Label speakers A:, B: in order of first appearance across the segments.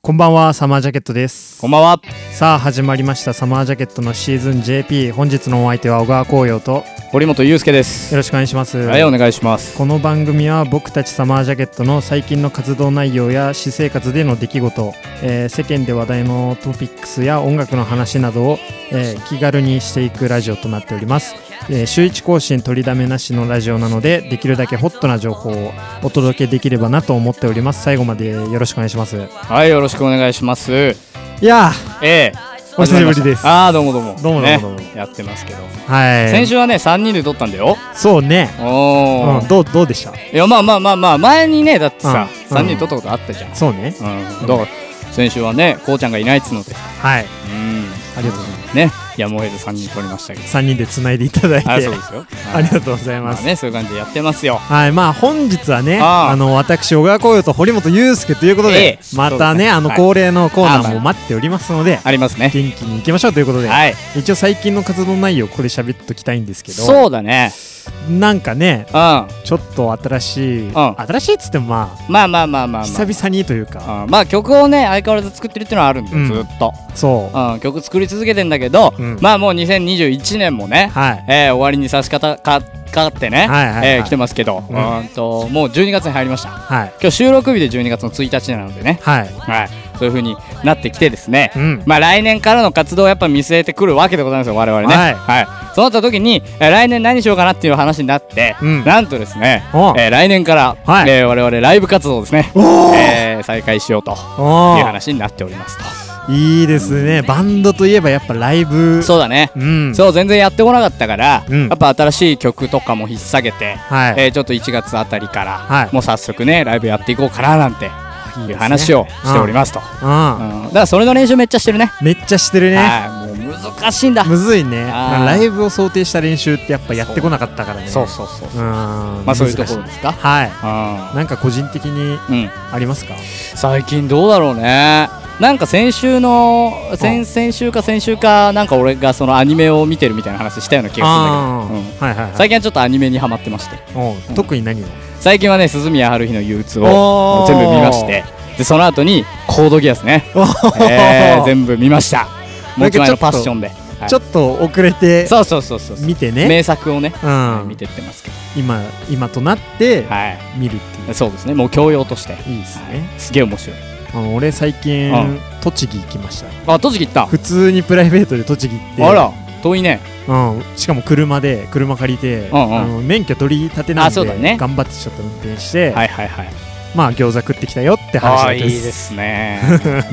A: こんばんは、サマージャケットです。
B: こんばんは。
A: さあ、始まりました、サマージャケットのシーズン JP。本日のお相手は小川紅葉と、よ
B: 堀本裕介です。
A: ろしくお願いします。
B: はい、お願いします。
A: この番組は僕たちサマージャケットの最近の活動内容や私生活での出来事、えー世間で話題のトピックスや音楽の話などを、えー気軽にしていくラジオとなっております、えー週1更新取りだめなしのラジオなのでできるだけホットな情報をお届けできればなと思っております最後までよろしくお願いします
B: はい、よろしくお願いします。え
A: いや
B: え
A: お久しぶりです
B: ああ、どうもどうも。
A: どうもどうも
B: ね
A: どうもどうも
B: やってますけど。
A: ーはい
B: 先週はね、三人で撮ったんだよ。
A: そうね
B: お
A: う
B: お
A: ん、。どうどうでした
B: いや、まあまあまあまあ、前にね、だってさ、
A: うん
B: 三人で撮ったことあったじゃん。
A: そうね
B: うん、だから、先週はね、こうちゃんがいないっつうので。
A: はい
B: うん。
A: ありがとうございま
B: ね、やむを得ず三人撮りましたけど。
A: す3人でつないでいただいて
B: あ、そうですよ。
A: ありが
B: う
A: とうござい
B: ご
A: ます、
B: ね、そういう感じでやってますよ。
A: はい、まあ本日はね、
B: あ
A: あ
B: あ
A: の私小川紅葉と堀本裕介ということで
B: え、え
A: ま
B: そ
A: た
B: う
A: ね
B: ですね
A: あの
B: はい
A: 恒例のコーナ
B: あ
A: ー
B: ま
A: も
B: あ
A: 待っておりますので、
B: ありますね。
A: 元気に行きましょうということで、
B: はい。
A: 一応最近の活動内容ここで喋っときたいんですけど、
B: そうだね。
A: なんかね
B: うん。ま
A: ちょっと新しい、
B: ん
A: 新しいっつってもまあ。
B: あまあまあまあまあ。
A: 久々にというか、
B: うんまあ曲をね相変わらず作ってるっていうのはあるんだよ、
A: うん
B: ずっと、
A: そう、
B: うん、曲作り続けてんだけど、
A: うん
B: まあもう2021年もね、
A: はい、
B: えー終わりに差し掛かかかって
A: は
B: ね、
A: いはいはい
B: えー来てますけど、
A: う
B: うんん、ともう12月に入りました
A: はい、
B: 今日収録日で12月の1日なのでね、
A: はい、
B: はい、そういう風になってきてですね、
A: うん、
B: まあ来年からの活動をやっぱ見据えてくるわけでございますよ我々ね
A: はい
B: はい、そうなった時にえー来年何しようかなっていう話になって、
A: うん
B: なんとですね、
A: お
B: えー来年から、
A: はい
B: えー我々ライブ活動をですね、
A: お
B: えー再開しようと
A: お
B: いう話になっております
A: いいですね、バンドといえばやっぱライブ
B: と。そうだね。
A: うん、
B: そう全然やってこなかったから、
A: うん
B: やっぱ新しい曲とかも引っ提げて、
A: はい、
B: えーちょっと1月あたりから、
A: はい
B: もう早速ねライブやっていこうかななんて
A: いい
B: い
A: ですね
B: う話をしておりますと、
A: うん
B: うんだからそれの練習めっちゃしてるね
A: めっちゃしてるね
B: はいもう難しいんだ
A: むずいね
B: あー
A: ライブを想定した練習ってやっぱやってこなかったからね
B: そうそうそう
A: うーん
B: まあそういうところ
A: 難し
B: です
A: い
B: か
A: はい
B: あ
A: なんか個人的に
B: ーうん
A: ありますか
B: 最近どうだろうねなんか先週の先先週か先週かなんか俺がそのアニメを見てるみたいな話したような気がするんだけど、う
A: あー
B: ん
A: はいはいはい
B: 最近はちょっとアニメにハマってまして
A: おう
B: うん
A: 特に何を
B: 最近はね鈴宮春日の憂鬱
A: お
B: を
A: ー
B: 全部見ましてでその後にコードギアスね、えー全部見ました
A: なんかちょっ
B: 持ち
A: と
B: 前のパッションで、はい
A: ちょっと遅れて
B: そうそうそうそうそう
A: 見てね
B: 名作をね、
A: う
B: 見
A: ん
B: てってますけ
A: 今今となって
B: どは
A: 見るって
B: いそうですねもう教養として
A: いういいですね
B: すげえ面白い
A: あの俺最近
B: うん
A: 栃木行きました
B: あ栃木行った
A: 普通にプライベートで栃木行って
B: あら遠いね
A: うん、しかも車で車借りて、
B: うんうん
A: あの免許取り立てなん
B: あそうだ
A: で、
B: ね
A: 頑張ってちょっと運転して、
B: はいはいはい
A: まあ餃子食ってきたよって話
B: あー
A: です
B: いいですね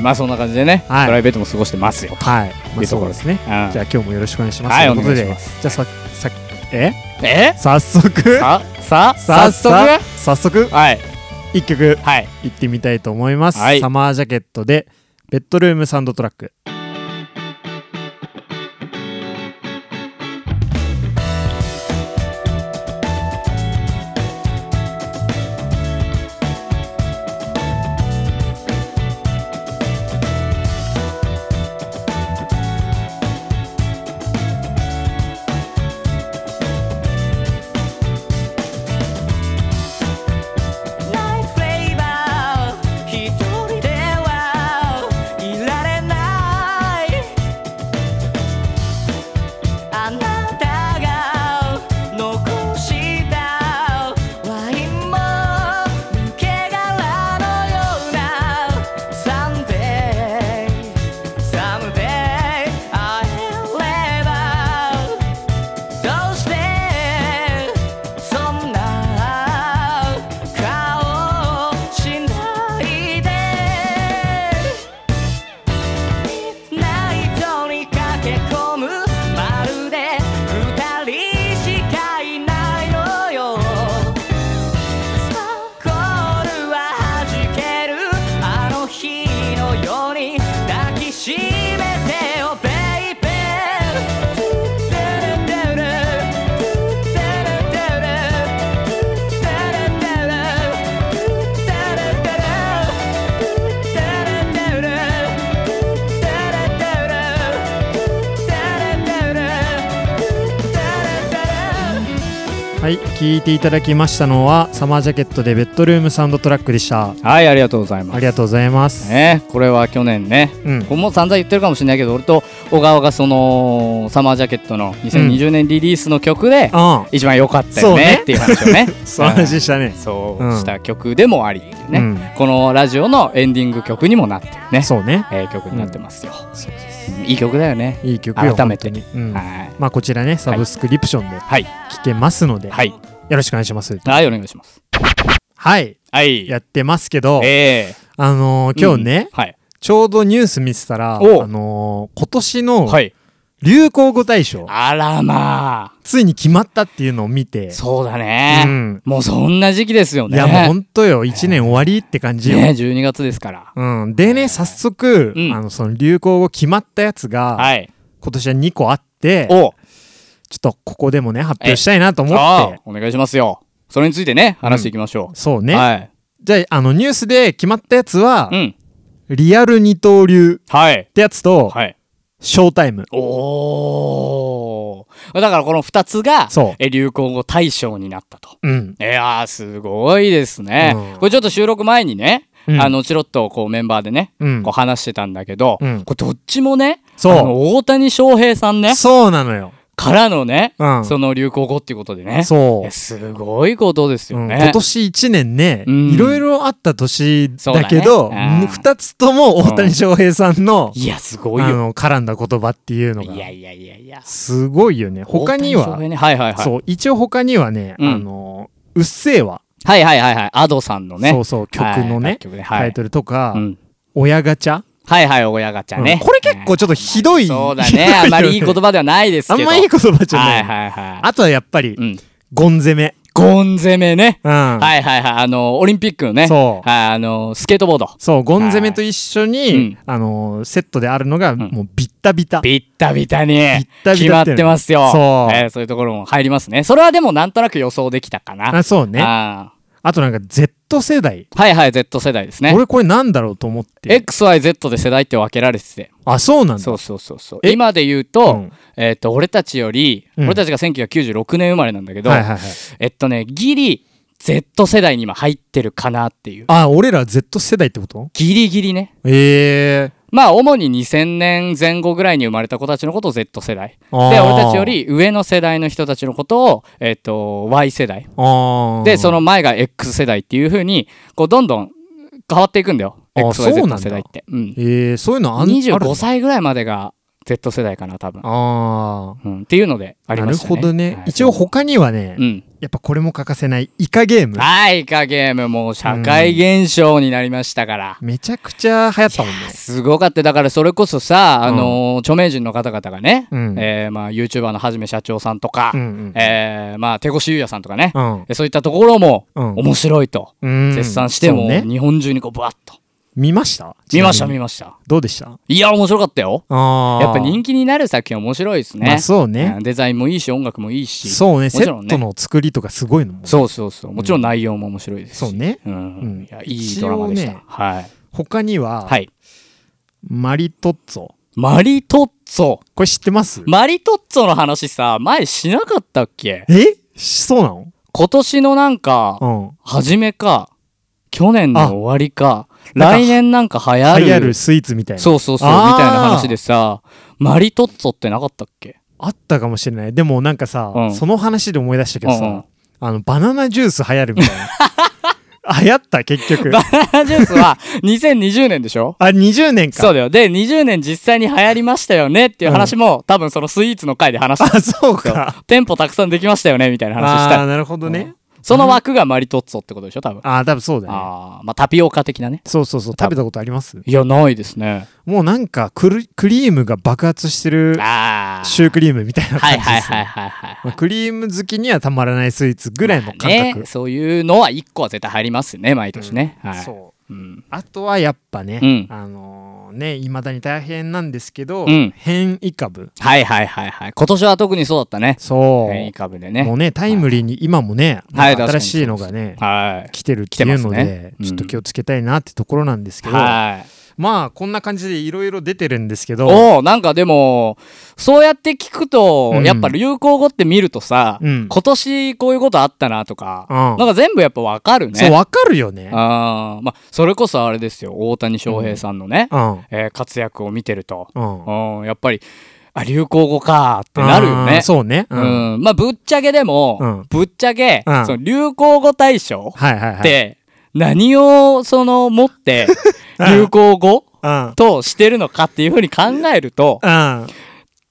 B: まあそんな感じでね、
A: はい
B: プライベートも過ごしてますよと、
A: はい、ま
B: い
A: あ、
B: いと
A: そ
B: こ
A: う
B: ろ
A: で
B: です
A: ね
B: うん
A: じゃあ今日もよろしくお願いします、
B: はい
A: ということで
B: お願いします
A: じゃあささえ
B: え
A: 早速
B: ささ
A: さ
B: 早速
A: さ早速
B: はい
A: 一曲
B: はい
A: いってみたいと思います、
B: はい
A: サマージャケットでベッドルームサウンドトラック
C: ナイトフレーバー一人ではいられな
A: はい聞いていただきましたのはサマージャケットでベッドルームサウンドトラックでした
B: はいありがとうございま
A: あ
B: す
A: りがとうございます、
B: ねこれは去年ね
A: うん
B: これも散々言ってるかもしれないけど俺と小川がそのサマージャケットの2020年リリースの曲で
A: あ
B: 一番良かった
A: そ
B: よ
A: うね
B: ねっていう話をね
A: あ そう話したね
B: そうした曲でもありっていうね、
A: うん
B: このラジオのエンディング曲にもなってるね
A: そうね
B: えー曲になってますよ、
A: そうです
B: いい曲だよね
A: いい曲よ
B: 改めて
A: 本当にうん
B: はい
A: まあこちらねサブスクリプションで
B: はい
A: 聞けますので、
B: はい
A: よろしくお願いします
B: はいお願いします
A: はい
B: はい
A: やってますけど、
B: えー
A: あのー今日ね、
B: うんはい
A: ちょうどニュース見てたら、あ
B: お
A: のー今年の
B: はい
A: 流行語大賞、
B: あらま
A: ついに決まったっていうのを見て
B: あ、そうだね、
A: うん
B: もうそんな時期ですよ
A: い
B: ね
A: やもうほんとよ、1年終わりって感じよ。
B: ね12月ですから
A: うん、でね、早速、
B: うん
A: あのその流行語決まったやつが、
B: はい
A: 今年は2個あって、ちょ
B: お
A: っとここでもね、発表したいなと思
B: あ
A: っ
B: あお願いしますよそれについてね話していきましょ
A: て、そう
B: う、
A: ね。
B: はい
A: じゃあ、あのニュースで決まったやつは
B: う、ん
A: リアル二刀流
B: はい
A: ってやつと、
B: はい
A: ショータイム。
B: おーだからこの2つが
A: そう
B: え流行語大賞になったと
A: うん。
B: いやーすごいですね、
A: うん
B: これちょっと収録前にね、
A: うん
B: あのチロッとこうメンバーでね、
A: うん
B: こう話してたんだけど、
A: うん
B: これどっちもね
A: そう
B: あの大谷翔平さんね
A: そうなのよ。
B: からのね、
A: うん
B: その流行語っていうことでね
A: そう
B: え。すごいことですよ
A: うん
B: ね、
A: 今年1年ね、
B: うん
A: いろいろあった年だけ
B: そ
A: ど、
B: うだねうん
A: 2つとも大谷翔平さんの,、
B: いやすごい
A: あ
B: よ
A: の絡んだ言葉っていうの
B: いや
A: が
B: いやいやいや
A: すごいよね他に
B: 大谷翔
A: は、
B: 平ねはいはいはい
A: そう一応他にはね「
B: うん
A: あのうっせぇわ
B: はいはいはいはいアドさんの」ね
A: そうそう曲の
B: はい
A: ね
B: 楽、曲ねはい
A: タイトルとか「
B: うん
A: 親ガチャ
B: はいはい親ガチャ」
A: うん
B: ね、
A: これ結構ちょっとひどい
B: そうだ
A: ひどい
B: ね
A: よ
B: あんまりいい言葉ではないです
A: あ
B: け
A: ん
B: ど
A: まいい言葉じゃな、
B: はいいはいはい
A: あとはやっぱり
B: うん
A: ゴン攻め、
B: ゴン攻めね。
A: うん
B: はいはいはい。あの、オリンピックのね。
A: そう
B: はい、あの、スケートボード。
A: そうゴン攻めと一緒に、
B: うん
A: あのセットであるのが
B: ん
A: もうビッタビタ、
B: ビッタビタに。
A: タビタって
B: 決まってますよ。
A: そう
B: えーそういうところも入りますね。それはでもなんとなく予想できたかな。
A: あそうね
B: あ
A: あとなんか Z 世代、
B: ーはいはい、Z 世代ですね。
A: 俺これなんだろうと思って。
B: XYZ で世代って分けられてて。
A: あ、そうなんだ。
B: そうそうそうそう。
A: え
B: 今で言う
A: う
B: と、
A: ん
B: えっ、と、俺たちより、
A: うん
B: 俺たちが1996年生まれなんだけど、
A: はいはいはい。
B: えっとね、ギリ Z 世代に今入ってるかなっていう。
A: あ、俺ら Z 世代ってこと
B: ギリギリね。
A: ええ
B: まあ主に2000年前後ぐらいに生まれた子たちのことを Z 世代
A: ー。
B: で俺たちよ、り上の世代の人たちのことを、えっと Y 世代
A: あー
B: でそ、の前が X 世代っていう風にこうどんどん変わっていくんだよ
A: あーそうなんだ
B: XYZ 世代って、うん、
A: ええー、そういうのあんある
B: 25歳ぐらいまでが Z 世代かな多分、
A: あー
B: うん、っていうのであり
A: な
B: ま
A: る
B: したね
A: ほどね
B: はい。
A: 一応他にはね
B: う、ん、
A: やっぱこれも欠かせない、イカゲーム。
B: はいイカゲームもう社会現象になりましたから、
A: めちゃくちゃ流行ったもんね。
B: すごかっただからそれこそさ、あのー著名人の方々がね、
A: うん
B: えーまあ、YouTuber のはじめ社長さんとか、
A: うんうん。
B: えーまあ手越優也さんとかね、
A: うん
B: でそういったところも
A: うん
B: 面白いと
A: うん
B: 絶賛しても、
A: そうね
B: 日本中にこうブワッと
A: 見ました
B: 見ました
A: ちなみ
B: 見
A: に
B: ました
A: どうでした
B: いや面白かったよ
A: ああ。
B: やっぱ人気になる作品面白いですね,、
A: まあそうね。
B: デザインもいいし音楽もいいし
A: そうね。
B: もち
A: セ
B: ろん
A: ッ
B: ね
A: トの作りとかすごいのも。
B: そうそうそうもちろん内容も面白いですし
A: そうね。
B: うん
A: うん
B: いやいいドラマでした、
A: 一応ね
B: はい、
A: 他には、
B: はい、
A: マリトッツォ。
B: マリトッツォ
A: これ知ってます
B: マリトッツォの話さ前しなかったっけ
A: えしそうなの
B: 今年のなんか
A: うん。
B: 初めか去年
A: あ
B: の終わりか
A: なんか
B: 来年なんか流行る
A: 流行るスイーツみたいな。
B: そうそうそうみ
A: あー
B: たいな話でさマリトッツォってなかったっ け
A: あったかもしれない。でもなんかさ、
B: うん
A: その話で思い出したけどさ、
B: うんうん
A: あの、バナナジュース流行るみたい な。流行った、結局。
B: バナナジュース は2020年でしょ
A: あ、20年か。
B: そうだよで20年実際に流行りましたよねっていう話も、多分そのスイーツの回で話した
A: あ、そうか。
B: 店舗たくさんできましたよねみたいな話し
A: ああー、
B: た
A: なるほどね。
B: その枠がマリトッツォってことでしょ多分
A: ああ、多分そうだね。
B: ああまあタピオカ的なね
A: そうそうそう。食べたことあります
B: いやないですね
A: もうなんかクル、クリームが爆発してる
B: ああ
A: シュークリームみたいな
B: は
A: 感
B: い
A: じです。
B: はいはいはいはい
A: まあクリーム好きにはたまらないスイーツぐらいの感覚。
B: ね、そういうのは1個は絶対入りますよね毎年ね、はい
A: そう。
B: うん、
A: あとはやっぱね、
B: うん
A: あのね、いまだに大変なんですけど、
B: うん
A: 変異株。
B: はいはいはいはい今年は特にそうだったね
A: そう。
B: 変異株で
A: も
B: ね
A: うね、タイムリーに今もね、
B: はい
A: なんか
B: 確か
A: 新しい
B: に
A: のがね、
B: はい
A: 来てるっていうの
B: 来てます
A: で
B: ね、うん
A: ちょっと気をつけたいなってところなんですけど、
B: は
A: まあこんな感じでいろいろ出てるんですけど、
B: おおなんかでもそうやって聞くと、
A: うん
B: やっぱ流行語って見るとさ、
A: うん
B: 今年こういうことあったなとか、
A: うん
B: なんか全部やっぱわかるね
A: そうわかるよね。
B: あーまあそれこそあれですよ大谷翔平さんのね、
A: うん
B: えー活躍を見てると、
A: うん。
B: うんやっぱりあ流行語かーってなるよ
A: あー
B: ね
A: そうね。
B: う
A: うん
B: ん、まあぶっちゃけでも、
A: うん
B: ぶっちゃけ、
A: うん
B: その流行語大賞
A: はいはいは
B: っ
A: い。
B: て何をその持 って流行語
A: うん。
B: としてるのかっていうふうに考えると
A: うん。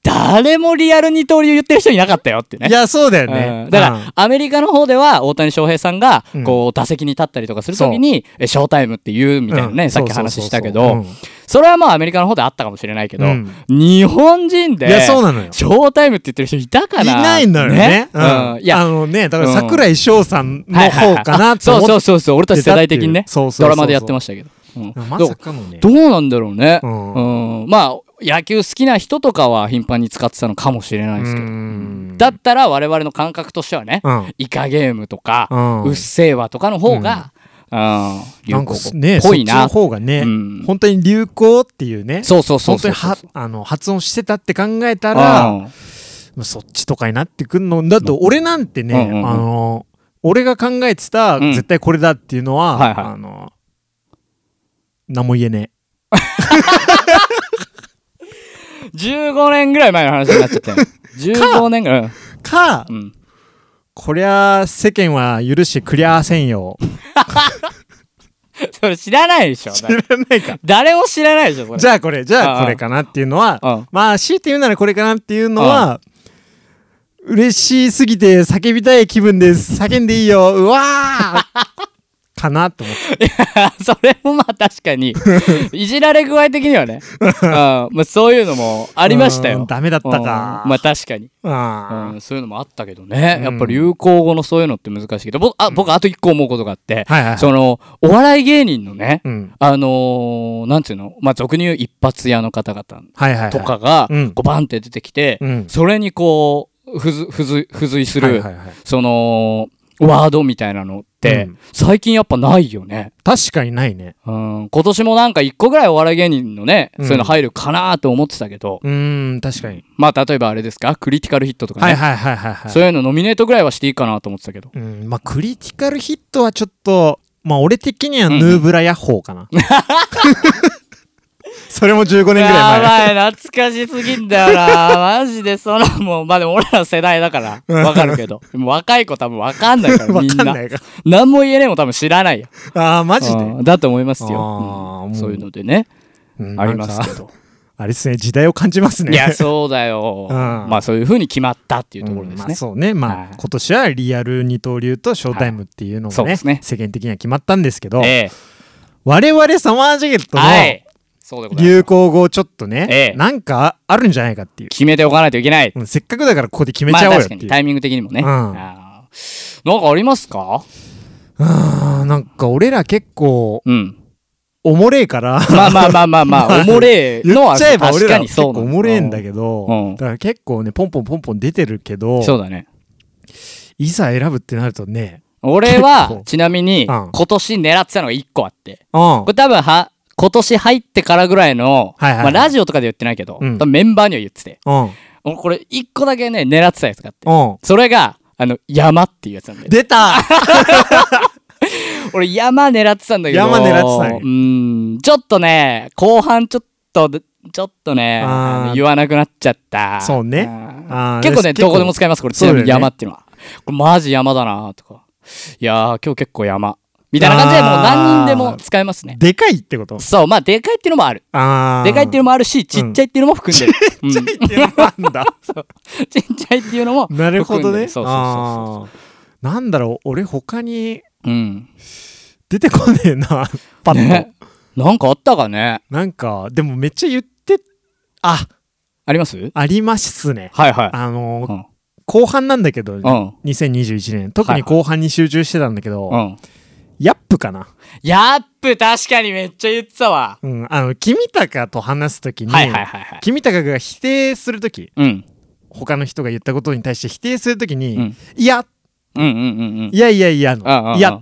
B: 誰もリアル二刀流言ってる人いなかったよってね
A: い。や、そうだよ
B: う
A: ね
B: ん。だから、アメリカの方では大谷翔平さんが
A: うん
B: こう打席に立ったりとかするときにえショータイムって言うみたいなね、
A: うん
B: さっき話したけ
A: そうそう
B: ど
A: そう
B: それはまあアメリカの方であったかもしれないけど、
A: うん
B: 日本人
A: う
B: で
A: んいや、そうなのよ。
B: ショータイムって言ってる人いたか
A: い
B: ら
A: ないのよね。
B: う
A: うんん。
B: いや
A: あのね、だから
B: うん
A: 桜井翔さんの方かなと
B: そう
A: 思
B: そ
A: っ
B: うそうそう俺たち世代的にね
A: そうそうそう
B: ドラマでやってましたけど、うん
A: て。
B: ど
A: ま
B: う
A: さかのね。
B: どうなんだろうね、
A: うん
B: うんまあ野球好きな人とかは頻繁に使ってたのかもしれないですけど、
A: うん
B: だったら我々の感覚としてはね、
A: うん。
B: イカゲームとか、
A: う
B: うんっせーわとかの方が、うん、流
A: なん
B: 行語
A: か
B: っ
A: ね、そっ
B: ぽ
A: ち
B: い
A: の
B: な。
A: 方がね
B: うん、
A: 本当に流行っていうね。
B: そうそうそう
A: 本
B: そ
A: 当
B: う。
A: にはあの発音してたって考えたら、
B: うん
A: まあそっちとかになってくんのだと俺なんてね、
B: うんうんうん
A: あの俺が考えてた
B: うん
A: 絶対これだっていうのは、
B: はいはい
A: あの何も言えね
B: 15年ぐらい前の話にな っちゃって。15年ぐらい。
A: えか
B: うん。
A: こりゃ世間は許してくりゃあせん よ
B: それ知らないでしょ。だ
A: 知らないか
B: 誰も知らないでしょ、それ。
A: じゃあこれじ
B: あ
A: ゃ
B: あ
A: あこれかなっていうのは
B: うん
A: まあ強いて言うならこれかなっていうのは嬉しすぎて叫びたい気分で叫んでいいようわ ーかなと思って
B: それもまあ確 かに、いじられ具合的にはね。うんまあそういうのもありました
A: うん
B: よ。
A: ダメだったか
B: うんまあ確かに。
A: あ
B: うん、そういうのもあったけどね、
A: うん
B: やっぱり流行語のそういうのって難しいけど僕あ僕あと一個思うことがあって、
A: はいはいはい
B: そのお笑い芸人のね、
A: うん
B: あのーなんていうの、まあ、俗に言う一発屋の方々
A: はいはいはい
B: とかが
A: うん
B: こうバンって出てきて、
A: うん
B: それにこう付随付随付随する、
A: はいはいはい
B: そのワードみたいなのって、
A: うん
B: 最近やっぱないよね。
A: 確かにないね
B: うん、今年もなんか一個ぐらいお笑い芸人のね、
A: うん
B: そういうの入るかなと思ってたけど、
A: うーん確かに
B: まあ例えばあれですかクリティカルヒットとかね、
A: はいはいはいはいはい
B: そういうのノミネートぐらいはしていいかなと思ってたけど。
A: うんまあクリティカルヒットはちょっとまあ俺的にはヌーブラヤッホーかな、 それも15年ぐらい前
B: やばい、懐かしすぎんだ よな。マジで、その、もう、まあでも俺ら世代だから、わかるけど。もう若い子多分わかんない から、
A: わ
B: みん
A: かん
B: な。
A: ないか
B: 何も言えねえもん多分知らないよ。
A: ああマジで
B: うんだと思います
A: あ
B: よ
A: ー。
B: う
A: も
B: ん
A: う
B: そういうのでね、
A: うん
B: ありま
A: なん
B: す
A: か
B: けど。
A: あれですね時代を感じますね
B: いや、そうだよ。
A: うん
B: まあそういう風に決まったっていうところ
A: うん
B: で
A: ますあ
B: ね。
A: そうねまあ、
B: はい
A: 今年はリアル二刀流とショータイムっていうの
B: はいそ
A: が
B: う
A: ね,、
B: ですね
A: 世間的には決まったんですけど、
B: ええ。
A: 我々サマージャケットの
B: はい。そうでございま
A: 流
B: す。
A: 行語をちょっとね、
B: ええ
A: なんかあるんじゃないかっていう
B: 決めておかないといけない。
A: うんせっかくだからここで決め
B: ま
A: ち
B: あ
A: ゃおうよっ
B: 確
A: て
B: か
A: いう
B: に、タイミング的にもね。
A: うん
B: あーなんかありますか
A: あーなんか俺ら結構
B: うん。
A: おもれえから
B: まあまあまあまあまあ、おもれえ
A: 言
B: のは
A: っちゃえば
B: 確
A: 俺
B: からに
A: 結構
B: そうな
A: お
B: の
A: もれえんだけど、
B: うん
A: だから結構ねポンポンポンポン出てるけど
B: そうだね。
A: いざ選ぶってなるとね
B: 俺は
A: 結構
B: ちなみに
A: うん
B: 今年狙ってたのが1個あって、
A: うん
B: これ多分は今年入ってからぐらいの、
A: はいはい
B: ま
A: は
B: あ、
A: い
B: ラジオとかで言ってないけど、
A: うん
B: 多分メンバーには言ってて、
A: うん
B: 俺これ1個だけね、狙ってたやつがあって、
A: うん
B: それが、あの、山っていうやつなんだよ。
A: 出 た
B: 俺山狙ってたんだけど、
A: 山狙ってたんや
B: うーん、ちょっとね、後半ちょっと、ちょっとね、
A: あー
B: あの言わなくなっちゃった。
A: そうね
B: ん
A: あー
B: 結構ね、どこでも使います、これ。ち
A: そう
B: な
A: だよ
B: み
A: ね
B: に山っていうのは。これマジ山だなとか。いやー、今日結構山。みたいな感じで、もう何人でも使えますね。
A: でかいってこと
B: そう、まあ、でかいっていうのもある。
A: あー
B: でかいっていうのもあるし、ちっちゃいっていうのも含んでる。うんち
A: でかいっていうのもあんだ
B: っちゃいっていうのも。
A: なるほどね
B: そうそうそう
A: あーなんだろう俺他に
B: そう。うん。
A: 出てこねえなパッと、
B: ね。なんかあったかね
A: なんかでもめっちゃ言ってあ
B: ありますはい
A: ありますね
B: は
A: あの
B: い。う
A: ー
B: ん。
A: 後半なんだけど、
B: うん。
A: 2021年特
B: はい
A: に
B: はい
A: 後半に集中してたんだけど、
B: うん。
A: ヤップかな、
B: やっぷ、確かにめっちゃ言ってたわ。
A: うん、あの君高と話す時に、
B: はいはいはいはい。
A: 君高が否定する時
B: うん。
A: 他の人が言ったことに対して否定する時に「
B: うん
A: いや
B: うんうんうんうん。
A: いやいやいやの」
B: うんうんうん
A: いや」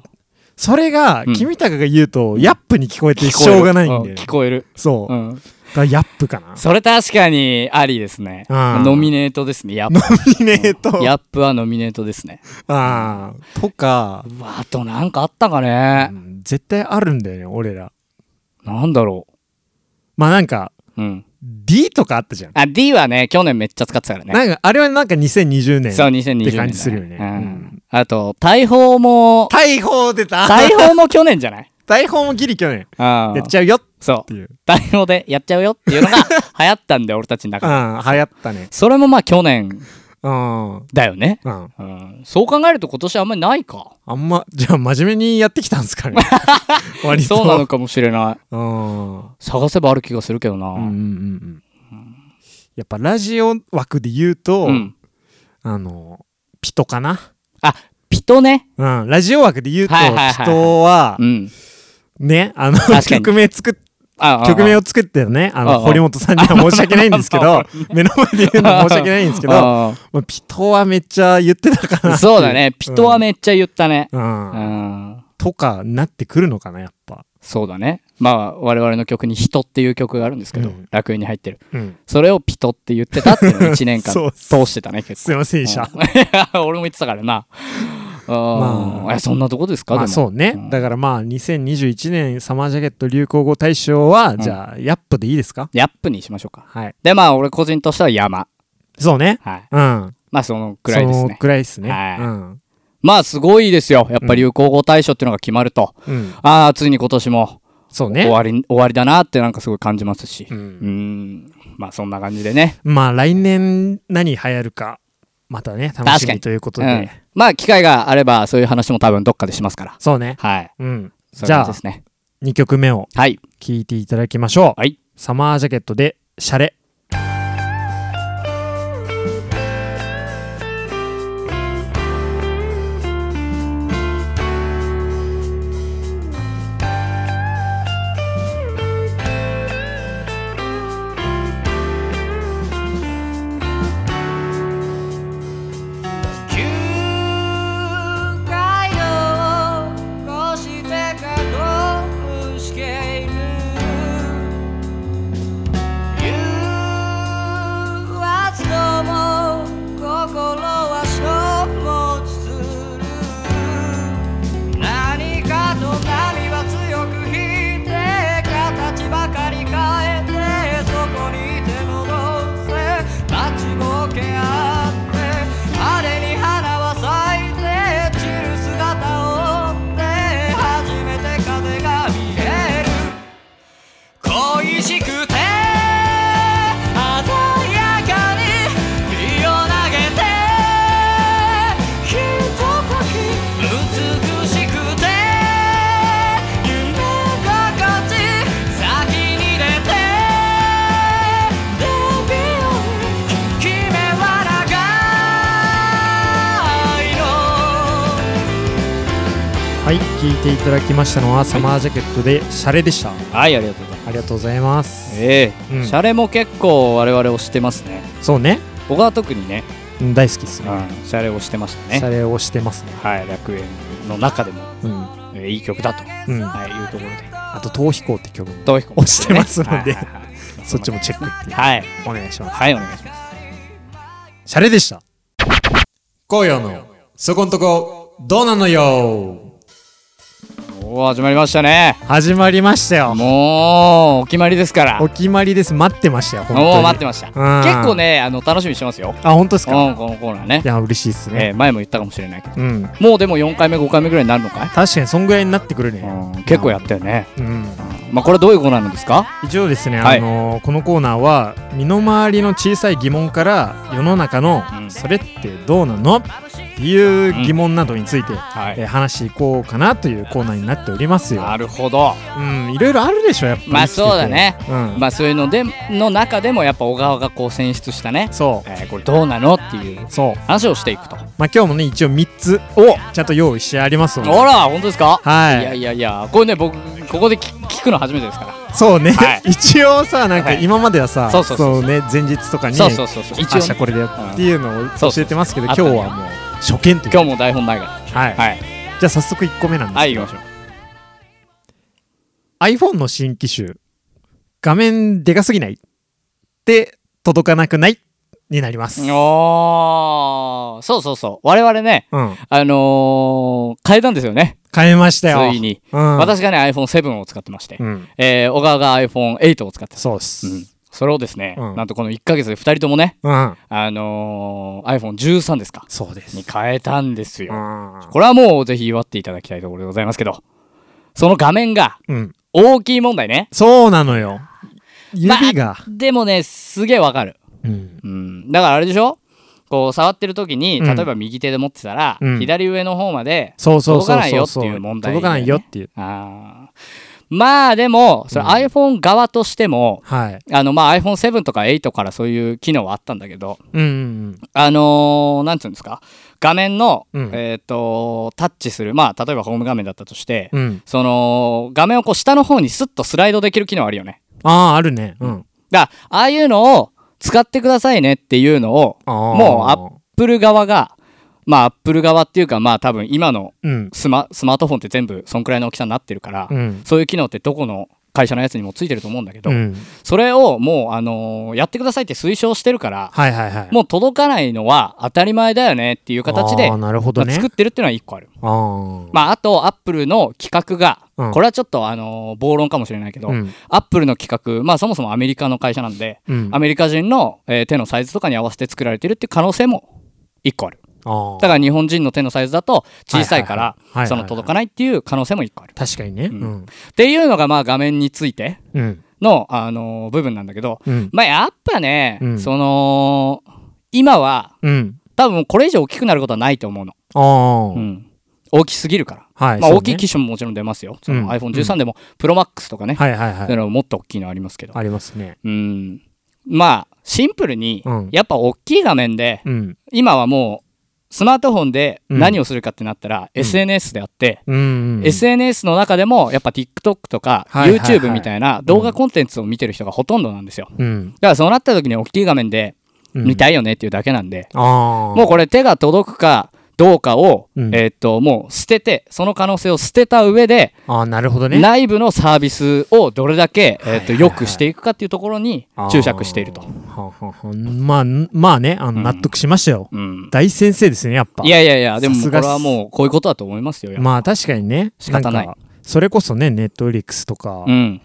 A: それが、
B: うん
A: 君高が言うと、ヤップに聞こえて
B: 聞こえ
A: し
B: る
A: ょうがないんで、
B: う聞こえる。
A: そう、
B: う
A: だ
B: ん。
A: からヤップか な
B: それ確かにありですね。
A: うん
B: ノミネートですね。ヤップ。
A: ミネート
B: ヤップはノミネートですね。
A: あーとか、
B: うわ、あとなんかあったか
A: う
B: ね。
A: ん絶対あるんだよね俺ら
B: なんだろ
A: まあなんか
B: う。うん。
A: D とかあったじゃん、
B: あ、D はね、去年めっちゃ使ってたからね。
A: なんかあれはなんか2020年
B: そう、2020年。
A: って感じするよね
B: うん
A: うん
B: あと、大砲も、
A: 大砲出た
B: 大砲も去年じゃない
A: 大砲もギリ去年
B: うん
A: やっちゃうよっ
B: そ
A: て
B: う。
A: いう、
B: 大砲でやっちゃうよっていうのが流行ったんで、俺たちの
A: う
B: 中で。
A: ん、流行ったね
B: それもまあ去年
A: うん、うん、
B: だよね。
A: あ
B: うん。そう考えると今年あんまりないか。
A: んまじゃあ真面目にやってきたんですか ね割と
B: そうなのかもしれない。
A: うんうん
B: 探せばある気がするけどな。
A: うんうんうんやっぱラジオ枠で言うと、
B: うん
A: あのピトかな
B: ピトね。
A: うん、ラジオ枠で言うと、
B: はいはいはいはい
A: 人は
B: う、ん。
A: ね、あの
B: か、に
A: 曲名作っ、
B: あ
A: 曲名
B: を
A: を作ってるね、あ
B: ああ
A: の、堀本さんには申し訳ないんですけ
B: まあ
A: ど、 目の前で言うのは申し訳ないんですけど、まあピトはめっちゃ言ってたか な。
B: そうだね。ピトはめっちゃ言ったね。
A: う。
B: うんん。
A: とか、なってくるのかな、やっぱ。
B: そうだね。まあ、我々の曲に人っていう曲があるんですけど、
A: うん
B: 楽園に入ってる。
A: うん。
B: それをピトって言ってたっていうのを1 年
A: そう
B: 間
A: っす
B: 通してたね、結構。
A: すいませんでした。
B: うん 俺も言ってたからな。ま
A: まあ
B: あ、えそんなとこですか、
A: まあ
B: でも
A: そうね、
B: ん
A: だからまあ、2021年サマージャケット流行語大賞は、
B: ん
A: じゃあ、ヤップでいいですか
B: ヤップにしましょうか。
A: はい。
B: で、まあ、俺個人としては山。
A: そうね。
B: はい。
A: うん。
B: まあ、そのくらいです
A: その
B: ね。
A: くらいですね。
B: はい
A: うん。
B: まあ、すごいですよ。やっぱ流行語大賞っていうのが決まると。
A: うん。
B: ああ、ついに今年も
A: そう
B: 終
A: ね。
B: わり、終わりだなってなんかすごい感じますし。
A: う
B: うんーん。まあ、そんな感じでね。
A: まあ来年何流行るかまたね楽し
B: 確か
A: み
B: に
A: ということ
B: う
A: で、
B: ん。まあ、機会があれば、そういう話も多分どっかでしますから。
A: そうね
B: はい。
A: うん
B: そういう感じですね。
A: 2曲目を
B: はい。
A: 聴いていただきましょう、
B: はい
A: サマージャケットで「シャレ
C: 9回を越して加工している誘発とも心は消没する何かと波は強く引いて形ばかり変えてそこに手戻せ立ちぼけあってあれに花は咲いて散る姿を追って初めて風が見える恋しくて鮮やかに身を投げてひととき美しくて夢心地先に出てデビュー決めは長いの」」
A: はい聴いていただきましたのはサマージャケットで「シャレでした
B: はい、ありがとうございます。
A: ありがとうございます
B: ええ
A: うん
B: シャレも結構我々をしてますね。
A: そうね
B: 小川特にね、
A: うん大好きっすね、
B: うん、シャレをしてました
A: シャ
B: ね。
A: レをしてますね
B: はい、楽園の中でも、
A: うん
B: えーいい曲だと、
A: うん
B: はい、いうところで。
A: あと「逃避行」って曲も
B: どういう
A: 押してますので
B: はいはいはい
A: そっちもチェックっていう
B: はい、
A: お願いします
B: はい、お願いします。
A: シャレでした紅葉のそこんとこどうなのよ
B: おー、始まりましたね。
A: 始まりましたよ
B: もう、お決まりですから。
A: お決まりです待ってましたよ本当に
B: おお、待ってました。
A: うん
B: 結構ね、あの、楽しみにしてますよ。
A: あ本当です
B: う
A: か
B: ん、このコーナーね
A: い。や嬉しいです
B: え
A: ね、
B: ー前も言ったかもしれないけど。
A: うん
B: もうでも4回目、5回目ぐらいになるのかい
A: 確かにそんぐらいになってくるね、
B: うん、結構やったよね。
A: うん、
B: まあ、これどういうコーナーなんですか
A: 一応ですね、
B: はい
A: あのーこのコーナーは身の回りの小さい疑問から世の中の
B: うん
A: それってどうなのっていう疑問などについて、
B: は
A: えー話していこうかなというコーナーになっておりますよ
B: なるほど。
A: うんいろいろあるでしょやっぱり
B: まあそうだね
A: 生きててうん、
B: まあそういうのでの中でもやっぱ小川がこう選出したね、
A: そう
B: えーこれどうなのっていう
A: そう
B: 話をしていくと
A: まあ今日もね一応3つ
B: お
A: ちゃんと用意してありますので
B: ほら本当ですか、
A: はい
B: いやいやいやこれね僕ここで聞聞くの初めてですから
A: そうね、
B: はい
A: 一応さなんか
B: はい
A: 今まではさ、
B: そうそうそう
A: ね前日とかに
B: そうそうそうそう一
A: 明
B: 応
A: 日
B: ね
A: これでやっていうのを
B: そう
A: 教えてますけど
B: あっ
A: 今
B: た
A: 日
B: ね
A: はもう初見という
B: 今日も台本ないか
A: はい、
B: らはい
A: じゃあ早速1個目なんです
B: はい
A: けど、
B: 行きましょ
A: iPhone の新機種画面でかすぎないで届かなくないになります、うん、
B: うおーそうそうそう我々ね
A: 変
B: あのー、変えたんですよね
A: えました
B: つ
A: よ
B: いに、
A: うん、
B: 私がね iPhone7 を使ってまして、
A: うん、
B: えー小川が iPhone8 を使ってた
A: そうっす、
B: うんそれをですね、
A: うん
B: なんとこの1ヶ月で2人ともね、
A: うん、
B: あのー、iPhone13 ですか
A: そうです
B: に変えたんですよ、
A: う
B: これはもうぜひ祝っていただきたいところでございますけどその画面が
A: ん、
B: 大きい問題ね
A: そうなのよ指が、
B: でもねすげえわかる、
A: うん
B: うん、だからあれでしょこう触ってる時に
A: うん
B: 例えば右手で持ってたら、
A: うん
B: 左上の方まで
A: そうそう
B: 届
A: そ
B: か
A: う
B: ないよ
A: そ
B: って
A: そ
B: いう問題だよね
A: 届かないよっていう
B: あーまあでもそれ
A: うん
B: iPhone 側としても、
A: はい
B: あのまあ iPhone7 とか8からそういう機能はあったんだけど
A: うんうん
B: あのー、なんていうんですか画面の、
A: うん
B: えっ、とタッチするまあ例えばホーム画面だったとして、
A: うんうん
B: その画面をこう下の方にスッとスライドできる機能あるよね
A: あああるねうん
B: だからああいうのを使ってくださいねっていうのを
A: あ
B: もうアップル側がまあアップル側っていうかまあ多分今の
A: ううん
B: スマスマートフォンって全部そんくらいの大きさになってるから、
A: うん
B: そういう機能ってどこの会社のやつにもついてると思うんだけど、
A: うん
B: それをもう、あのーやってくださいって推奨してるから、
A: はいはいはい
B: もう届かないのは当たり前だよねっていう形で、
A: あーなるほど
B: まあ
A: ね
B: 作ってるっていうのは1個ある。
A: あー
B: まあ、あと、アップルの企画が、
A: うん
B: これはちょっと、あのー暴論かもしれないけど、
A: うん
B: アップルの企画、まあ、そもそもアメリカの会社なんで、
A: うん
B: アメリカ人の、えー手のサイズとかに合わせて作られてるっていう可能性も1個ある。
A: あー
B: だから日本人の手のサイズだと小さいか
A: は
B: ら
A: いはいはいはいはいはい
B: その届かないっていう可能性も1個ある。
A: 確かにねうんん
B: っていうのがまあ画面について
A: うん
B: の、あのー部分なんだけど、
A: うん
B: まあやっぱね、
A: うん
B: その今は
A: うん
B: 多分これ以上大きくなることはないと思うの、
A: ああ
B: うん大きすぎるから、
A: はい
B: まあ
A: そうね
B: 大きい機種ももちろん出ますよ、その
A: うん
B: iPhone13 でも ProMax とかね、
A: はいはい
B: そうい
A: は
B: う
A: い
B: のもっと大きいのありますけど、
A: ありますね
B: うんまあシンプルに
A: うん
B: やっぱ大きい画面で
A: うん
B: 今はもうスマートフォンで
A: うん
B: 何をするかってなったら、SNS であって、
A: うんうん
B: SNS の中でもやっぱ TikTok とか
A: はいはいはい
B: YouTube みたいな動画コンテンツを見てる人がほとんどなんですよ。
A: うん
B: だからそうなった時に大きい画面で
A: うん
B: 見たいよねっていうだけなんで、
A: ああ
B: もうこれ手が届くかどうかを、
A: うん
B: えーっともう捨ててその可能性を捨てた上で、
A: ああなるほどね
B: 内部のサービスをどれだけ、
A: いはい
B: えーっと良くしていくかっていうところに注釈していると
A: あ。ーはんはんはんまあんまあねあの
B: うん
A: 納得しましたよ、
B: うん、
A: 大先生ですねやっぱ
B: いやいやいやでも
A: さ
B: こ
A: す
B: れ
A: がっす
B: はもうこういうことだと思いますよ。やっぱ
A: まあ確かにね
B: 仕方ない
A: んかそれこそねネットフリックスとか、
B: うん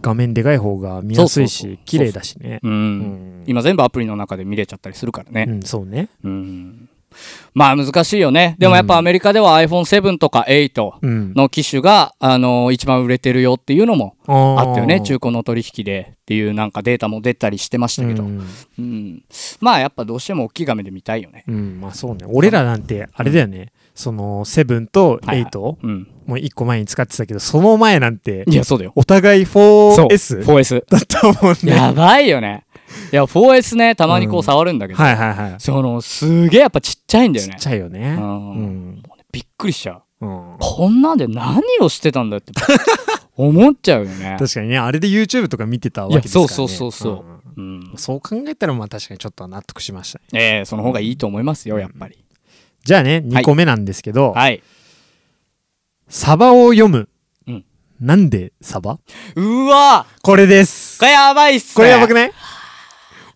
A: 画面でかい方が見やすい
B: そうそう
A: し
B: そう
A: 綺麗だしね
B: うん
A: ん
B: 今全部アプリの中で見れちゃったりするからね。
A: うんそうね
B: うんまあ難しいよね。でもやっぱ
A: うん
B: アメリカでは iPhone7 とか8
A: うん
B: の機種が、あの一番売れてるよっていうのも
A: あ
B: あったよね。中
A: 古
B: 古の取引でっていうなんかデータも出たりしてましたけど。うんまあやっぱどうしても大きい画面で見たいよね。
A: うんまあそうね俺らなんてあれだよね、その7と
B: はいはい
A: 8
B: うん。
A: もう1個前に使ってたけどその前なんて
B: いや、そうだよ。
A: お互い
B: そう
A: 4S
B: 4S。
A: だったもんね
B: やばいよね。いや、4S ね、たまにこ
A: う
B: うん触るんだけど、
A: はいはいはい
B: その、すげえやっぱちっちゃいんだよ
A: ち
B: ね
A: っ。ちゃいよね
B: うん
A: うん
B: びっくりしちゃう。
A: うん
B: こんなんで何をしてたんだよって 思っちゃうよね。
A: 確かにねあれで YouTube とか見てたわけですから、
B: い
A: ね、
B: やそうそうそうそ
A: ん
B: うん、
A: そう考えたらまあ確かにちょっとは納得しましたね
B: ええその方がいいと思いますよ、やっぱり。
A: じゃあね2個目なんですけど、
B: はい。
A: サバを読む、
B: うん
A: なんでサバ
B: うわ
A: これです
B: これやばいっす
A: こ
B: ね
A: れやばくない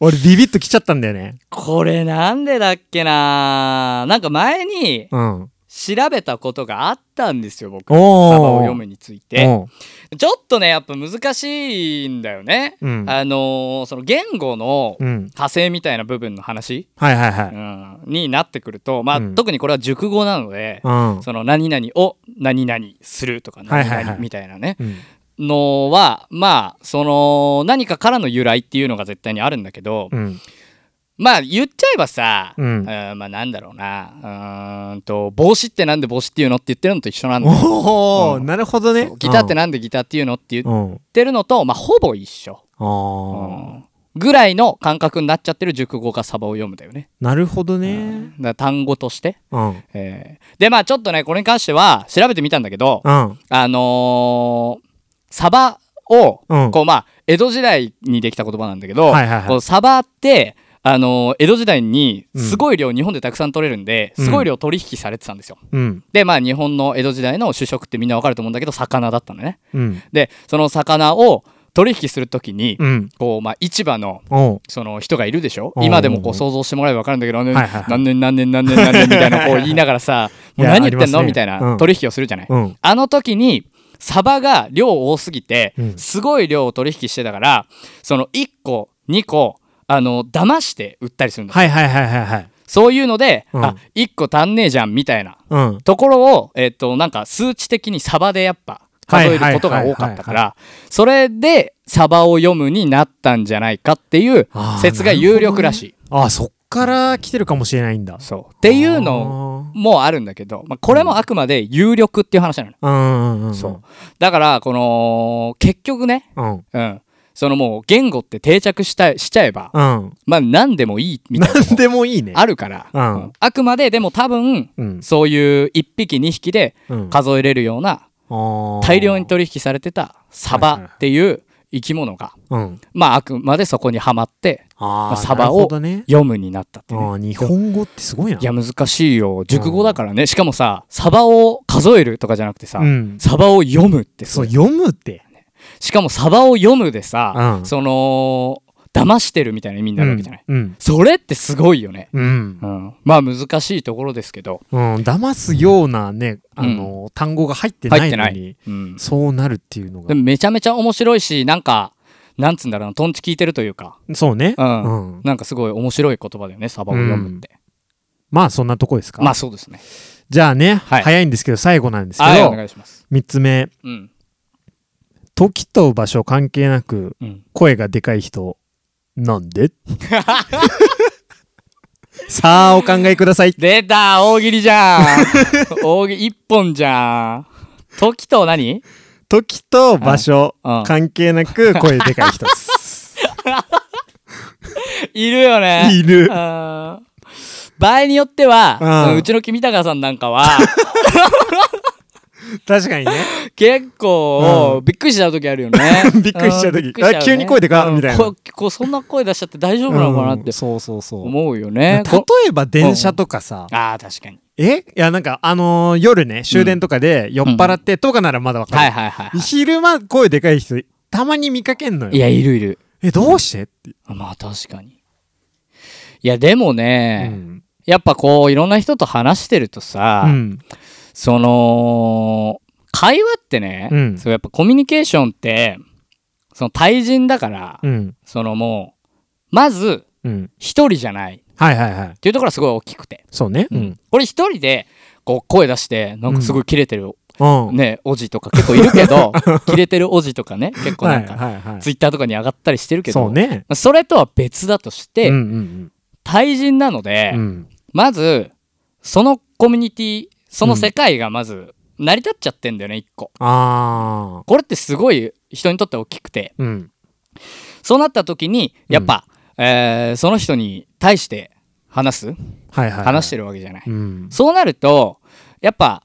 A: 俺ビビッときちゃったんだよね
B: これなんでだっけななんか前に
A: うん
B: 調べたことがあったんですよ、僕。サ
A: おー
B: バを読むについて。
A: おう
B: ちょっとね、やっぱ難しいんだよね。
A: うん
B: あのーその言語の
A: うん
B: 派生みたいな部分の話、
A: はいはいは
B: う
A: い
B: ん、になってくると、まあ、
A: うん
B: 特にこれは熟語なので、
A: うん
B: その何々を何々するとか
A: はいは
B: 何
A: いはい
B: 々みたいなね
A: うん
B: のはまあその何かからの由来っていうのが絶対にあるんだけど
A: うん
B: まあ言っちゃえばさ、
A: うん
B: うんまあなんだろうなうーんと帽子ってなんで帽子っていうのって言ってるのと一緒なんだよ
A: おお、
B: うん
A: なるほどね
B: ギターって
A: な
B: なんでギターっていうのって言っ
A: うん
B: てるのとまあほぼ一緒、
A: あー、
B: うんぐらいの感覚になっちゃってる熟語がサバを読むだよね、
A: なるほどね
B: うんだから単語として、
A: うんうん
B: えーでまあちょっとねこれに関しては調べてみたんだけど、
A: うん
B: あのー、サバを、
A: うん
B: こうまあ江戸時代にできた言葉なんだけど、
A: はいはいはい
B: こうサバってあの江戸時代に
A: うん
B: すごい量日本でたくさん取れるんで、
A: うん
B: すごい量取引されてたんですよ。
A: うん
B: でまあ日本の江戸時代の主食ってみんなわかると思うんだけど魚だったのね。
A: うん
B: でその魚を取引するときに、
A: うん
B: こうまあ市場の
A: おう
B: その人がいるでしょ
A: うん
B: 今でもこう想像してもらえば分かるんだけど、あの
A: はいはいはい
B: 何年何年何年何年みたいなこう言いながらさ
A: い
B: もう
A: や
B: 何言ってんの、
A: ありますね
B: みたい
A: うん
B: な取引をするじゃない、
A: うん
B: あの時にサバが量多すぎて
A: うん
B: すごい量を取引してたからその1個2個あの騙して売ったりするんだ、
A: はいはいはいはいはい
B: そういうので、
A: うん
B: あ1個足んねえじゃんみたいな
A: うん
B: ところを、えっとなんか数値的にサバでやっぱ数えることが多かったからそれでサバを読むになったんじゃないかっていう
A: あー
B: 説が有力らしい。
A: あそっから来てるかもしれないんだ
B: そうっていうのもあるんだけど、まあ、これもあくまで有力っていう話なの、ね
A: あーうんうんうん
B: そうだからこの結局ね、
A: うん
B: うん、そのもう言語って定着したいしちゃえば、
A: うん
B: まあ何でもいいみたいな
A: 何でもいいね
B: あるから、
A: うん
B: うんあくまででも多分
A: うん
B: そういう1匹2匹で
A: うん
B: 数えれるような大量に取引されてたサ
A: はいはい
B: バっていう生き物が、
A: あーうん
B: まあ、あくまでそこにはまって
A: あー
B: サバ
A: なる
B: を
A: ほどね
B: 読むになったって
A: あ
B: いう
A: ー
B: ね、
A: 日本語ってすごいない
B: や難しいよ熟語だからね、しかもさサバを数えるとかじゃなくてさ、
A: うん
B: サバを読むって
A: そ
B: そう
A: 読むって
B: しかもサバを読むでさ、
A: うん
B: その騙してるみたいな意味になるわけじゃない、
A: うん
B: それってすごいよね、
A: うんうん
B: うん、まあ難しいところですけど
A: うん騙すようなねあの単語が入ってな
B: 入っ
A: い
B: て
A: の
B: ない
A: に
B: うん、
A: そうなるっていうのが
B: でもめちゃめちゃ面白いしなんかなんつうんだろうなトンチ聞いてるというか、
A: そうね
B: うん
A: うん
B: なんかすごい面白い言葉だよねサバを読むって、
A: まあそんなとこですか
B: まあそうですね
A: じゃあね
B: はい
A: 早いんですけど最後なんです
B: は
A: け
B: いお
A: ど
B: 願いします
A: 3つ目
B: うん
A: 時と場所関係なく
B: うん
A: 声がでかい人なんで さあお考えください
B: 出た大喜利じゃん 大喜利一本じゃん時と何
A: 時と場所
B: うんうん
A: 関係なく声でかい人です
B: いるよね
A: いる
B: あー場合によっては、
A: う
B: うんちの君高さんなんかは
A: 確かにね
B: 結構、
A: うん
B: びっくりしちゃう時あるよね
A: びっくりしちゃう時
B: んびっくりしちゃ
A: あ急に声でかっ
B: うん
A: みたいな
B: ここそんな声出しちゃって大丈夫なのかなって
A: うんそうそうそう
B: 思うよ
A: 例
B: ね、こ
A: えば電車とかさ
B: あー確かに
A: えいやなんかあのー夜ね終電とかで酔っ払ってとかならまだわかる
B: はいはいはい、は
A: 昼間声でかい人たまに見かけんの
B: い、
A: よ
B: いやいるいる
A: えどうしてって
B: まあ確かにいやでもね、
A: うん
B: やっぱこういろんな人と話してるとさ、
A: うん
B: その会話ってね、
A: うん
B: そうやっぱコミュニケーションってその対人だから、
A: うん
B: そのもうまず
A: うん
B: 一人じゃないっ
A: はいはいはい
B: ていうところがすごい大きくて、
A: そうねう
B: 俺
A: ん
B: これ一人でこう声出してなんかすごいキレてる、
A: うん
B: ねおじとか結構いる けどキレてるおじとかね結構
A: は
B: ないんか、
A: はいはい
B: ツイッターとかに上がったりしてるけど
A: そうね
B: まあそれとは別だとして、
A: うんうん
B: 対人なので、
A: うんうん
B: まずそのコミュニティその世界がまず成り立っちゃってんだよね一個。
A: ああ
B: これってすごい人にとって大きくて
A: うん
B: そうなった時にやっぱ、えーその人に対して話す
A: はいはいはい
B: 話してるわけじゃない、
A: うん
B: そうなるとやっぱ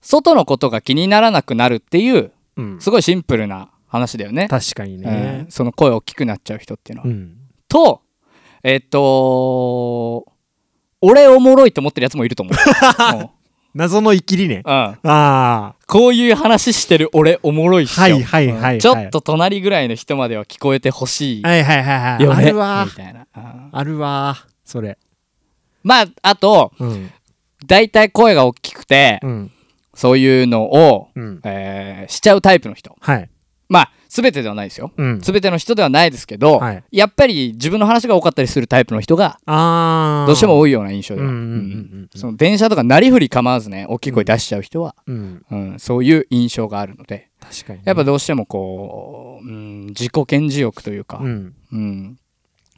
B: 外のことが気にならなくなるっていう
A: うん
B: すごいシンプルな話だよね、
A: 確かに
B: うん
A: ね
B: その声大きくなっちゃう人っていうのは。
A: うん
B: とえっ、と俺おもろいと思ってるやつもいると 思う、うん
A: 謎のイキリね
B: うん、
A: あ
B: こういう話してる俺おもろいっしょ、
A: はいはいはいはい
B: うんちょっと隣ぐらいの人までは聞こえてほしい
A: あはいはいはいはい
B: よ
A: あ
B: ね
A: るわ
B: みたいな、うん
A: あるわそれ
B: まああと
A: うん
B: 大体声が大きくて、
A: うん
B: そういうのを、
A: うん
B: えーしちゃうタイプの人
A: はい
B: まあ全てではないですよ
A: うん
B: 全ての人ではないですけど、
A: はい
B: やっぱり自分の話が多かったりするタイプの人が
A: ああ
B: どうしても多いような印象では、
A: うんうんうんうん
B: うんその電車とかなりふり構わずね大きい声出しちゃう人は、
A: うん
B: うん、そういう印象があるので
A: 確かにね
B: やっぱどうしてもこう、うん、自己顕示欲というか、
A: うん
B: うん、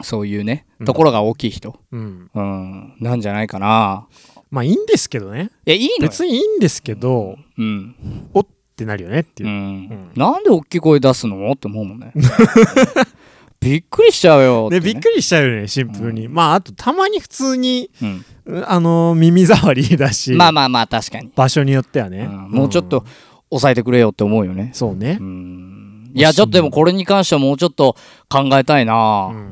B: そういうね
A: うん
B: ところが大きい人、
A: うん
B: うん、なんじゃないかな
A: まあいいんですけどね
B: いやいいのよ、
A: 別にいいんですけど
B: うん
A: おってなるよねって
B: う
A: いうんん
B: なんで大きい声出すのって思うも んねびっくりしちゃうよ
A: で
B: てね
A: びっくりしちゃうよねシンプルにまああとたまに普通に
B: うん
A: うんあのー耳障りだし
B: まあまあまあ確かに、
A: 場所によってはね
B: うんもうちょっと抑えてくれよって思うよね
A: ん、そうね
B: うんいやちょっとでもこれに関してはもうちょっと考えたいな、
A: うん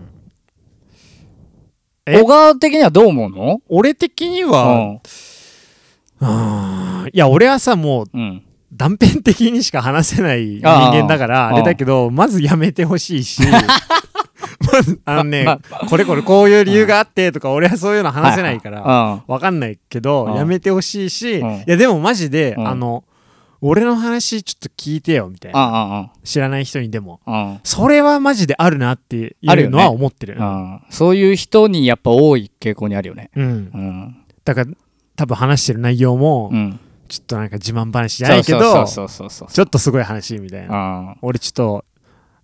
A: え
B: 小川的にはどう思うの
A: 俺的には、うーんいや、俺はさ、もう
B: うん。うん。
A: 断片的にしか話せない人
B: あー
A: 間だから、
B: あ
A: あ
B: ー
A: れだけど、まずやめてほしい し、まず、あのね、これこれこういう理由があってとか、俺はそういうの話せないから、
B: ら。
A: わかんないけど
B: うん、
A: やめてほしいし、い
B: うん
A: や、でもマジで、
B: うん
A: あの、俺の話ちょっと聞いてよ、みたい
B: うん。う
A: な。
B: んうん
A: 知らない人にでも。
B: うん。うん。
A: それはマジであるなっていうの
B: あるよね
A: は思ってる。
B: うんそういう人にやっぱ多い傾向にあるよね。
A: うん
B: う。ん。
A: だから、多分話してる内容も、
B: うん。
A: ちょっとなんか自慢話じゃないけど、
B: そうそうそうそうそう。
A: ちょっとすごい話みたいな。
B: あ
A: 俺ちょっと、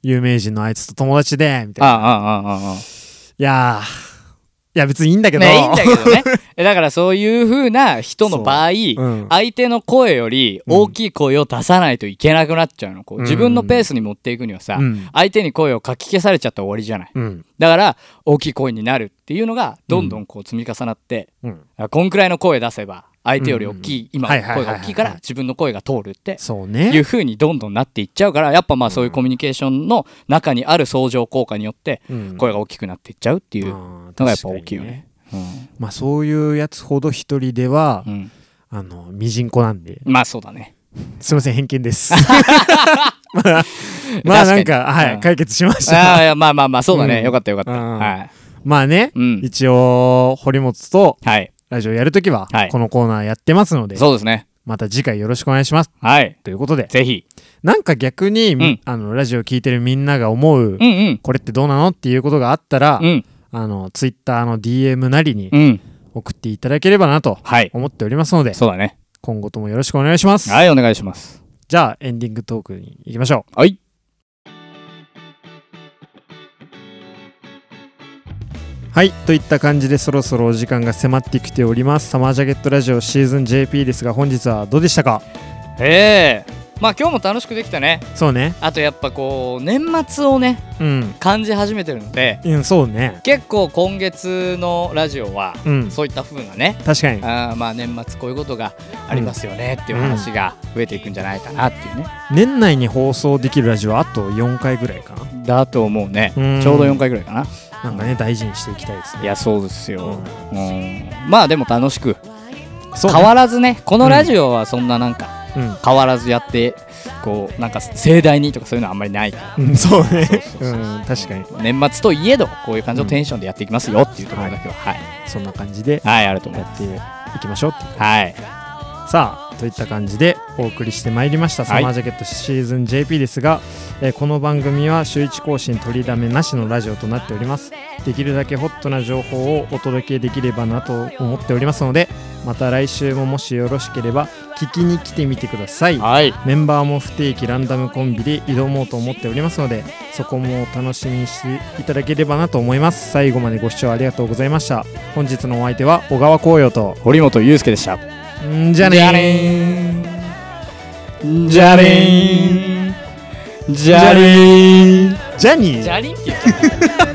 A: 有名人のあいつと友達で、みた
B: あ、あ
A: いな。
B: あ、ああ、ああ。
A: いやー、いや別にいいんだけど。
B: ね、いいんだけ どね。えだからそういう風な人の場合、
A: うん
B: 相手の声より大きい声を出さないといけなくなっちゃうの。こう
A: うん
B: 自分のペースに持っていくにはさ、
A: うん
B: 相手に声をかき消されちゃったら終わりじゃない。
A: うん。
B: だから大きい声になるっていうのがどんどんこう積み重なって、
A: うん。
B: こんくらいの声出せば相手より大きい、今
A: はいはいはい
B: 声
A: はい
B: が大きいから自分の声が通るって
A: そう
B: いう
A: ね。
B: 風にどんどんなっていっちゃうからやっぱまあそういうコミュニケーションの中にある相乗効果によって
A: うん
B: 声が大きくなっていっちゃうっていうの
A: の
B: がやっぱ大きいよね。。
A: 確かにまあそういうやつほど一人では
B: う、ん
A: あの、ミジンコなんで。
B: うん、まあそうだね。
A: すいません、偏見 です。まあ、まあなん
B: 確か
A: か、
B: に
A: は
B: うん
A: い、解決しました。
B: ああいやまあまあまあそうだね、
A: うん
B: よかったよかった、
A: うん
B: はい、
A: まあね
B: う、ん、
A: 一応、堀本と
B: はい、
A: ラジオやるときは
B: はい、
A: このコーナーやってますので、
B: そうですね
A: また次回よろしくお願いします。
B: はい
A: ということで、
B: ぜひ
A: なんか逆に、
B: ん
A: あの、ラジオ聞いてるみんなが思う、
B: うんうん
A: これってどうなのっていうことがあったら、
B: うん
A: あの、ツイッターの DM なりに
B: うん
A: 送っていただければなと
B: はい
A: 思っておりますので、
B: そうだね
A: 今後ともよろしくお願いします。
B: はいお願いします
A: じゃあ、エンディングトークに行きましょう。
B: はい
A: はい、といった感じでそろそろお時間が迫ってきております。サマージャケットラジオシーズン JP ですが、本日はどうでしたか
B: ええまあ今日も楽しくできたね
A: そうね。
B: あとやっぱこう年末をね
A: うん。
B: 感じ始めてるので
A: うん、そうね。
B: 結構今月のラジオは
A: うん。
B: そういった風なね
A: 確かに。
B: あーまあ年末こういうことがありますよねっていう話が増えていくんじゃないかなっていうね、
A: 年内に放送できるラジオはあと4回ぐらいかな。
B: だと思うね
A: うん
B: ちょうど4回ぐらいかな
A: なんかね、大事にしていきたいですね。
B: いやそうですよ、うん、まあでも楽しく
A: そうね
B: 変わらずねこのラジオはそんななんか
A: うん
B: 変わらずやってこうなんか盛大にとかそういうのはあんまりないか
A: うん、 そうね、
B: そう。そううそうん
A: 確かに。
B: ら年末といえどこういう感じのテンションでやっていきますよっていうところだけははい
A: そんな感じで
B: はいあると思い
A: や
B: ま
A: っ
B: す
A: ていきましょうっていう
B: はい
A: さあといった感じでお送りしてまいりました「
B: はい
A: サマージャケットシーズン JP」ですが、えーこの番組は週1更新取りだめなしのラジオとなっておりますできるだけホットな情報をお届けできればなと思っておりますのでまた来週ももしよろしければ聞きに来てみてください
B: はい
A: メンバーも不定期ランダムコンビで挑もうと思っておりますのでそこもお楽しみにしていただければなと思います最後までご視聴ありがとうございました本日のお相手は小川紅葉と
B: 堀本裕介でした
A: んじゃねー
B: んじゃねーんじゃねーん
A: ジャニー
B: じゃりんって言っちゃった